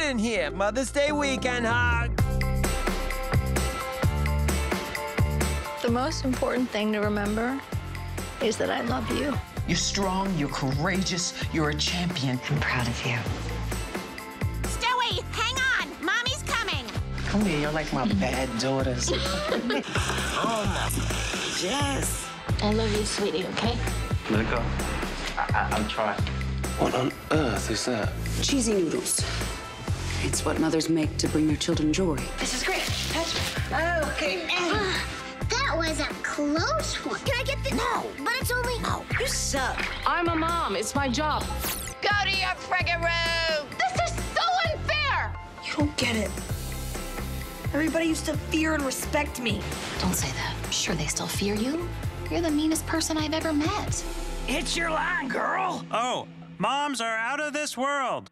in here. Mother's Day weekend hug. The most important thing to remember is that I love you. You're strong, you're courageous, you're a champion. I'm proud of you. Stewie, hang on. Mommy's coming. Come here, you're like my bad daughters. Yes. I love you, sweetie, okay? Let it go. I, I, am trying. What on earth is that? Cheesy noodles. It's what mothers make to bring their children joy. This is great. Touch. Okay. That was a close one. Can I get the. No, but it's only. No. You suck. I'm a mom. It's my job. Go to your friggin' room. This is so unfair. You don't get it. Everybody used to fear and respect me. Don't say that. I'm sure they still fear you. You're the meanest person I've ever met. It's your line, girl. Oh, moms are out of this world.